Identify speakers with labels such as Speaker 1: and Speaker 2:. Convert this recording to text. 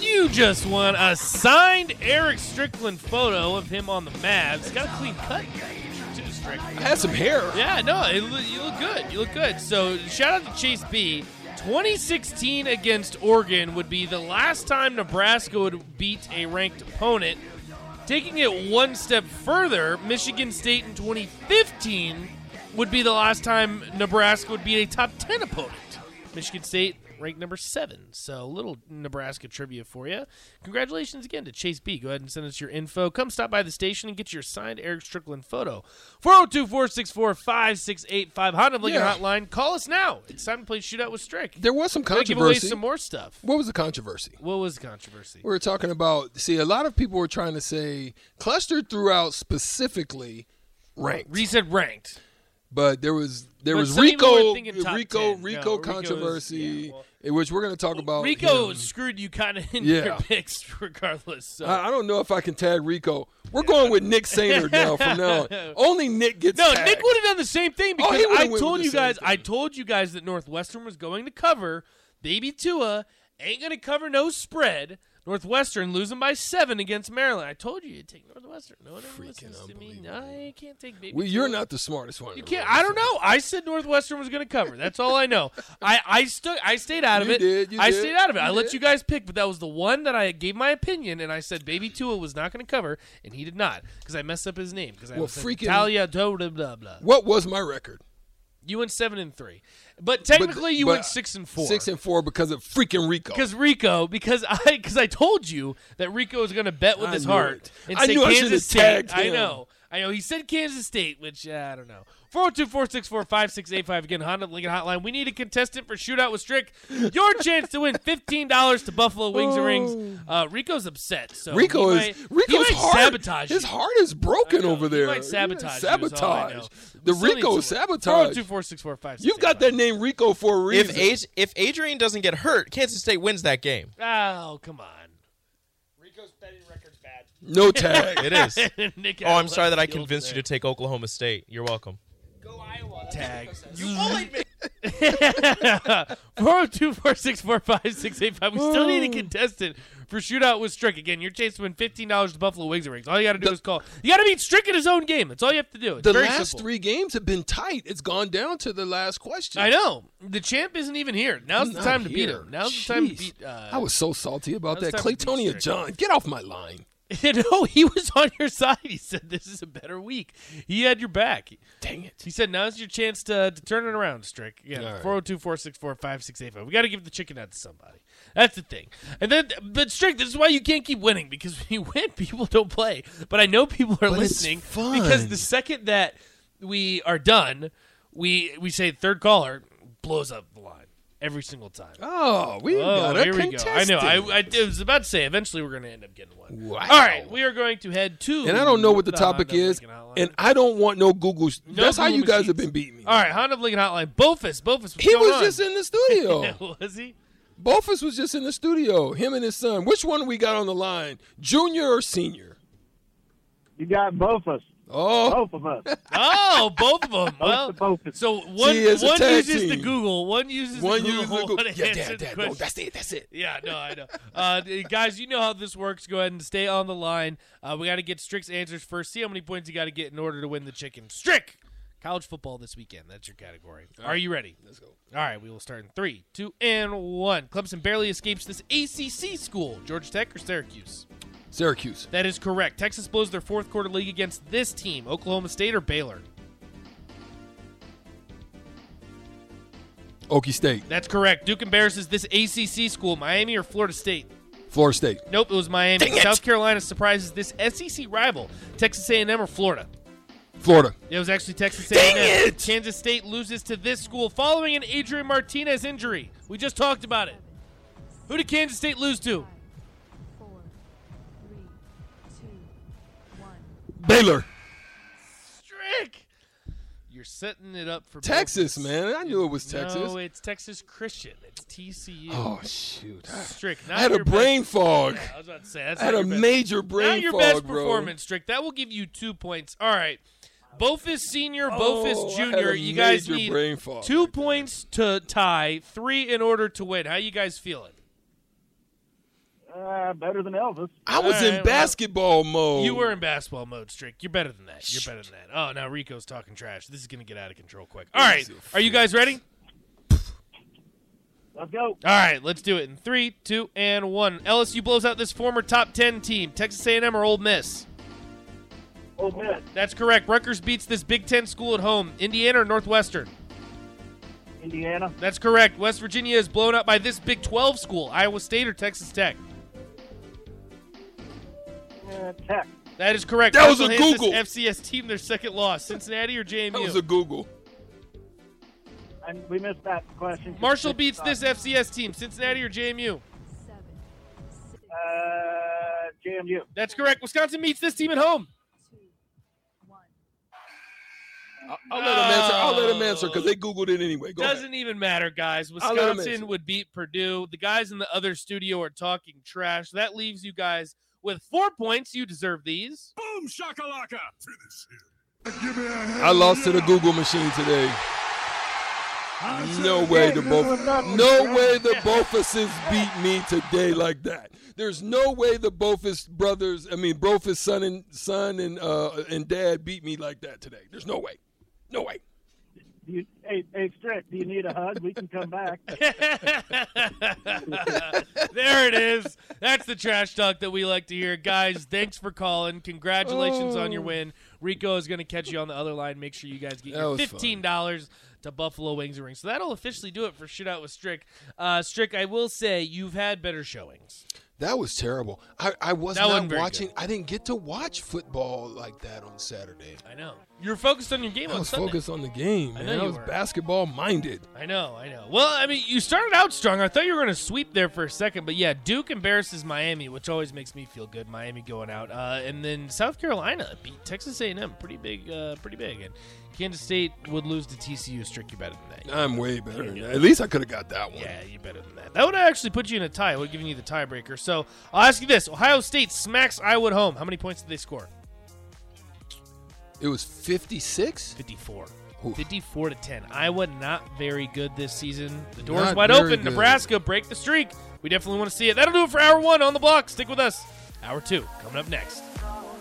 Speaker 1: You just won a signed Eric Strickland photo of him on the Mavs. Got a clean cut, too, Strick.
Speaker 2: I had some hair.
Speaker 1: Yeah, no, it, loo- you look good. You look good. So shout out to Chase B. 2016 against Oregon would be the last time Nebraska would beat a ranked opponent. Taking it one step further, Michigan State in 2015 would be the last time Nebraska would beat a top 10 opponent. Michigan State ranked number seven. So, a little Nebraska trivia for you. Congratulations again to Chase B. Go ahead and send us your info. Come stop by the station and get your signed Eric Strickland photo. 402 464 5685 Honda of Lincoln
Speaker 2: Yeah.
Speaker 1: Hotline. Call us now. It's time to play Shootout with Strick.
Speaker 2: There was some
Speaker 1: We're gonna give away
Speaker 2: controversy.
Speaker 1: some more stuff.
Speaker 2: what was the controversy?
Speaker 1: What was the controversy?
Speaker 2: We were talking about. See, a lot of people were trying to say clustered throughout specifically ranked,
Speaker 1: He said ranked.
Speaker 2: but there was there
Speaker 1: But
Speaker 2: was
Speaker 1: some people were
Speaker 2: Rico
Speaker 1: thinking top
Speaker 2: Rico
Speaker 1: 10. No,
Speaker 2: Rico
Speaker 1: Rico's-
Speaker 2: controversy,
Speaker 1: yeah, well-
Speaker 2: in which we're going to talk about.
Speaker 1: Rico
Speaker 2: Oh, him.
Speaker 1: screwed you kind of in
Speaker 2: Yeah. Uh,
Speaker 1: your picks, regardless. So.
Speaker 2: I, I don't know if I can tag Rico. We're going with Nick Sainer now. From now, on. only Nick gets.
Speaker 1: No,
Speaker 2: tagged.
Speaker 1: Nick would have done the same thing
Speaker 2: Oh,
Speaker 1: because
Speaker 2: he would've
Speaker 1: I
Speaker 2: went with
Speaker 1: told
Speaker 2: the
Speaker 1: you
Speaker 2: same
Speaker 1: guys.
Speaker 2: thing.
Speaker 1: I told you guys that Northwestern was going to cover. Baby Tua ain't going to cover no spread. Northwestern losing by seven against Maryland. I told you to take Northwestern. No one ever listens to me. No, you can't take Baby.
Speaker 2: Well,
Speaker 1: Tua.
Speaker 2: you're not the smartest one. in
Speaker 1: You
Speaker 2: the
Speaker 1: can't.
Speaker 2: room,
Speaker 1: I don't
Speaker 2: so.
Speaker 1: know. I said Northwestern was going to cover. That's all I know. I I stuck. I stayed out of
Speaker 2: You
Speaker 1: it.
Speaker 2: did, you
Speaker 1: I
Speaker 2: did,
Speaker 1: stayed out of it.
Speaker 2: you
Speaker 1: I let
Speaker 2: did.
Speaker 1: you guys pick, but that was the one that I gave my opinion, and I said Baby Tua was not going to cover, and he did not because I messed up his name because I
Speaker 2: Well,
Speaker 1: was like,
Speaker 2: freaking-
Speaker 1: Italia blah blah blah. blah.
Speaker 2: What was my record?
Speaker 1: You went seven and three, but technically
Speaker 2: But-
Speaker 1: you
Speaker 2: but
Speaker 1: went six and four.
Speaker 2: Six and four because of freaking Rico.
Speaker 1: because Rico, because I, because I told you that Rico was going to bet with
Speaker 2: I
Speaker 1: his
Speaker 2: knew
Speaker 1: heart
Speaker 2: it.
Speaker 1: and
Speaker 2: I
Speaker 1: say
Speaker 2: knew I
Speaker 1: Kansas
Speaker 2: should've
Speaker 1: State.
Speaker 2: tagged
Speaker 1: I
Speaker 2: him.
Speaker 1: know, I know. He said Kansas State, which uh, I don't know. 402-464-5685. Again, Honda Lincoln Hotline. We need a contestant for Shootout with Strick. Your chance to win $15 to Buffalo Wings and Rings. Uh, Rico's upset. So
Speaker 2: Oh. Rico
Speaker 1: he
Speaker 2: is
Speaker 1: might, he
Speaker 2: Rico's
Speaker 1: might
Speaker 2: heart.
Speaker 1: sabotage
Speaker 2: his
Speaker 1: you.
Speaker 2: heart is broken
Speaker 1: I know.
Speaker 2: over
Speaker 1: He
Speaker 2: there.
Speaker 1: might sabotage you, is all I
Speaker 2: sabotage.
Speaker 1: know.
Speaker 2: The
Speaker 1: We still need
Speaker 2: Rico
Speaker 1: someone.
Speaker 2: sabotage.
Speaker 1: 402-464-5685.
Speaker 2: You've got that name Rico for a reason.
Speaker 3: If Ad- if Adrian doesn't get hurt, Kansas State wins that game.
Speaker 1: Oh, come on.
Speaker 2: no tag.
Speaker 3: It is.
Speaker 1: Nick
Speaker 3: Oh, I'm sorry that I convinced you to take Oklahoma State. You're welcome.
Speaker 1: tag. You bullied me. 402 We still need a contestant for Shootout with Strick. Again, your chance to win $15 to Buffalo Wings and Rings. All you got to do
Speaker 2: The-
Speaker 1: is call. You got to beat Strick in his own game. That's all you have to do. It's
Speaker 2: the
Speaker 1: very
Speaker 2: last
Speaker 1: simple.
Speaker 2: three games have been tight. It's gone down to the last question.
Speaker 1: I know. The champ isn't even here. Now's the
Speaker 2: Not
Speaker 1: time to beat
Speaker 2: here.
Speaker 1: him. Now's the time to
Speaker 2: Jeez.
Speaker 1: beat. Uh,
Speaker 2: I was so salty about
Speaker 1: Now's
Speaker 2: that.
Speaker 1: the time to beat
Speaker 2: Claytonia
Speaker 1: Strick.
Speaker 2: John, get off my line.
Speaker 1: no, he was on your side. He said, This is a better week. He had your back.
Speaker 2: Dang it.
Speaker 1: He said, now's your chance to, to turn it around, Strick.
Speaker 2: All
Speaker 1: Yeah,
Speaker 2: right.
Speaker 1: 402 464 5685. We got to give the chicken out to somebody. That's the thing. And then, but Strick, this is why you can't keep winning because when you win, people don't play. But I know people are
Speaker 2: But it's
Speaker 1: listening
Speaker 2: fun.
Speaker 1: because the second that we are done, we we say third caller blows up the line every single time.
Speaker 2: Oh, we
Speaker 1: Oh,
Speaker 2: got a
Speaker 1: here we go. I
Speaker 2: contestant.
Speaker 1: know. I, I, I was about to say, eventually we're going to end up getting one.
Speaker 2: Wow.
Speaker 1: All right, we are going to head to.
Speaker 2: and I don't know what the topic
Speaker 1: Honda
Speaker 2: is,
Speaker 1: Lincoln Hotline.
Speaker 2: and I don't want no Google.
Speaker 1: No
Speaker 2: That's how
Speaker 1: Google
Speaker 2: you guys
Speaker 1: machines.
Speaker 2: have been beating me.
Speaker 1: All right, Honda of Lincoln Hotline. Bofus, Bofus. What's
Speaker 2: He
Speaker 1: going
Speaker 2: was
Speaker 1: on?
Speaker 2: just in the studio.
Speaker 1: was he?
Speaker 2: Bofus was just in the studio. Him and his son. Which one we got on the line? Junior or senior?
Speaker 4: You got both of us.
Speaker 2: Oh,
Speaker 4: Both of us.
Speaker 1: Oh, both of them. Well,
Speaker 4: both of us.
Speaker 1: so one
Speaker 2: See, it's a
Speaker 1: one
Speaker 2: tag
Speaker 1: uses the
Speaker 2: team.
Speaker 1: Google, one uses
Speaker 2: one
Speaker 1: the
Speaker 2: year.
Speaker 1: Google,
Speaker 2: ago.
Speaker 1: one
Speaker 2: Yeah,
Speaker 1: answers
Speaker 2: dad,
Speaker 1: the
Speaker 2: dad. No,
Speaker 1: question.
Speaker 2: that's it. That's it.
Speaker 1: Yeah, no, I know. Uh, d- guys, you know how this works. Go ahead and stay on the line. Uh, we got to get Strick's answers first. See how many points you got to get in order to win the chicken. Strick, college football this weekend. That's your category. Are you ready? Let's go. All right, we will start in three, two, and one. Clemson barely escapes this ACC school. Georgia Tech or Syracuse?
Speaker 2: Syracuse.
Speaker 1: That is correct. Texas blows their fourth quarter league against this team. Oklahoma State or Baylor?
Speaker 2: Okie State.
Speaker 1: That's correct. Duke embarrasses this ACC school, Miami or Florida State?
Speaker 2: Florida State.
Speaker 1: Nope, it was Miami.
Speaker 2: Dang it!
Speaker 1: South Carolina surprises this SEC rival, Texas A&M or Florida?
Speaker 2: Florida.
Speaker 1: It was actually Texas A&M.
Speaker 2: Dang it!
Speaker 1: Kansas State loses to this school following an Adrian Martinez injury. We just talked about it. Who did Kansas State lose to?
Speaker 5: Four, three, two,
Speaker 2: Baylor.
Speaker 1: Strick. You're setting it up for
Speaker 2: Texas,
Speaker 1: bogus.
Speaker 2: man. I knew it was Texas.
Speaker 1: No, it's Texas Christian. It's TCU.
Speaker 2: oh shoot. I,
Speaker 1: Strick, not
Speaker 2: I had a
Speaker 1: your best-
Speaker 2: brain fog.
Speaker 1: I was about to say that's
Speaker 2: I had
Speaker 1: not
Speaker 2: a
Speaker 1: your best-
Speaker 2: major
Speaker 1: not
Speaker 2: brain
Speaker 1: your
Speaker 2: fog,
Speaker 1: best
Speaker 2: bro.
Speaker 1: performance, Strick. That will give you two points. All right, Bofus Senior,
Speaker 2: Oh,
Speaker 1: Bofus
Speaker 2: I had
Speaker 1: Junior.
Speaker 2: a
Speaker 1: You guys
Speaker 2: major
Speaker 1: need
Speaker 2: brain fog
Speaker 1: two
Speaker 2: right there.
Speaker 1: points to tie, three in order to win. How you guys feeling?
Speaker 4: Uh, better than Elvis.
Speaker 2: I was
Speaker 1: All right,
Speaker 2: in
Speaker 1: well,
Speaker 2: basketball mode.
Speaker 1: You were in basketball mode, Strick. You're better than that. You're better than that. Oh, now Rico's talking trash. This is gonna get out of control quick. All right, are you guys ready?
Speaker 4: Let's go.
Speaker 1: All right, let's do it in three, two, and one. LSU blows out this former top ten team, Texas A&M or Old Miss.
Speaker 4: Old Miss,
Speaker 1: That's correct. Rutgers beats this Big Ten school at home, Indiana or Northwestern.
Speaker 4: Indiana,
Speaker 1: That's correct. West Virginia is blown up by this Big 12 school, Iowa State or Texas Tech.
Speaker 4: uh, Tech,
Speaker 1: That is correct.
Speaker 2: That was a
Speaker 1: Marshall hands this
Speaker 2: Google.
Speaker 1: FCS team their second loss, Cincinnati or JMU.
Speaker 2: That was a Google.
Speaker 4: and we missed that question.
Speaker 1: Marshall beats this FCS team, Cincinnati or JMU.
Speaker 4: Uh, JMU,
Speaker 1: That's correct. Wisconsin meets this team at home.
Speaker 2: I'll let him answer. I'll let him answer because they Googled it anyway. Go ahead.
Speaker 1: Oh. Doesn't even matter, guys.
Speaker 2: I'll let 'em
Speaker 1: Wisconsin
Speaker 2: answer.
Speaker 1: would beat Purdue. The guys in the other studio are talking trash. That leaves you guys with four points. You deserve these.
Speaker 2: I lost to the Google machine today. No way the both No way the Bofuses beat me today like that. There's no way the Bofus brothers, I mean Brofus son and son and uh and dad beat me like that today. There's no way. No way.
Speaker 4: do you, hey, hey, Strick, do you need a hug? We can come back.
Speaker 1: there it is. That's the trash talk that we like to hear. Guys, thanks for calling. Congratulations on your win. Rico is going to catch you on the other line. Make sure you guys get
Speaker 2: Oh. That
Speaker 1: your
Speaker 2: was
Speaker 1: $15 to Buffalo Wings and Rings. So that'll officially do it for Shootout with Strick. Uh, Strick, I will say you've had better showings.
Speaker 2: That was terrible. I, I was
Speaker 1: That wasn't
Speaker 2: not
Speaker 1: very
Speaker 2: watching
Speaker 1: good.
Speaker 2: I didn't get to watch football like that on Saturday.
Speaker 1: I know. You're focused on your game
Speaker 2: I
Speaker 1: on
Speaker 2: was
Speaker 1: Sunday.
Speaker 2: focused on the game,
Speaker 1: I
Speaker 2: man.
Speaker 1: know
Speaker 2: I,
Speaker 1: you
Speaker 2: was
Speaker 1: were.
Speaker 2: basketball minded.
Speaker 1: I know, I know. Well, I mean, you started out strong. I thought you were going to sweep there for a second, but yeah, Duke embarrasses Miami, which always makes me feel good. Miami going out, uh, and then South Carolina beat Texas A&M, pretty big, uh, pretty big. And Kansas State would lose to TCU. Strick, you better than that.
Speaker 2: I'm way better. than that. At least I could have got that one.
Speaker 1: Yeah, you're better than that. That would actually put you in a tie. Would have given you the tiebreaker. So I'll ask you this: Ohio State smacks Iowa at home. How many points did they score?
Speaker 2: It was 56?
Speaker 1: 54.
Speaker 2: Oof.
Speaker 1: 54 to 10. Iowa not very good this season. The door's
Speaker 2: Not
Speaker 1: wide
Speaker 2: very
Speaker 1: open.
Speaker 2: good.
Speaker 1: Nebraska break the streak. We definitely want to see it. That'll do it for hour one on the block. Stick with us. Hour two coming up next.
Speaker 6: Gone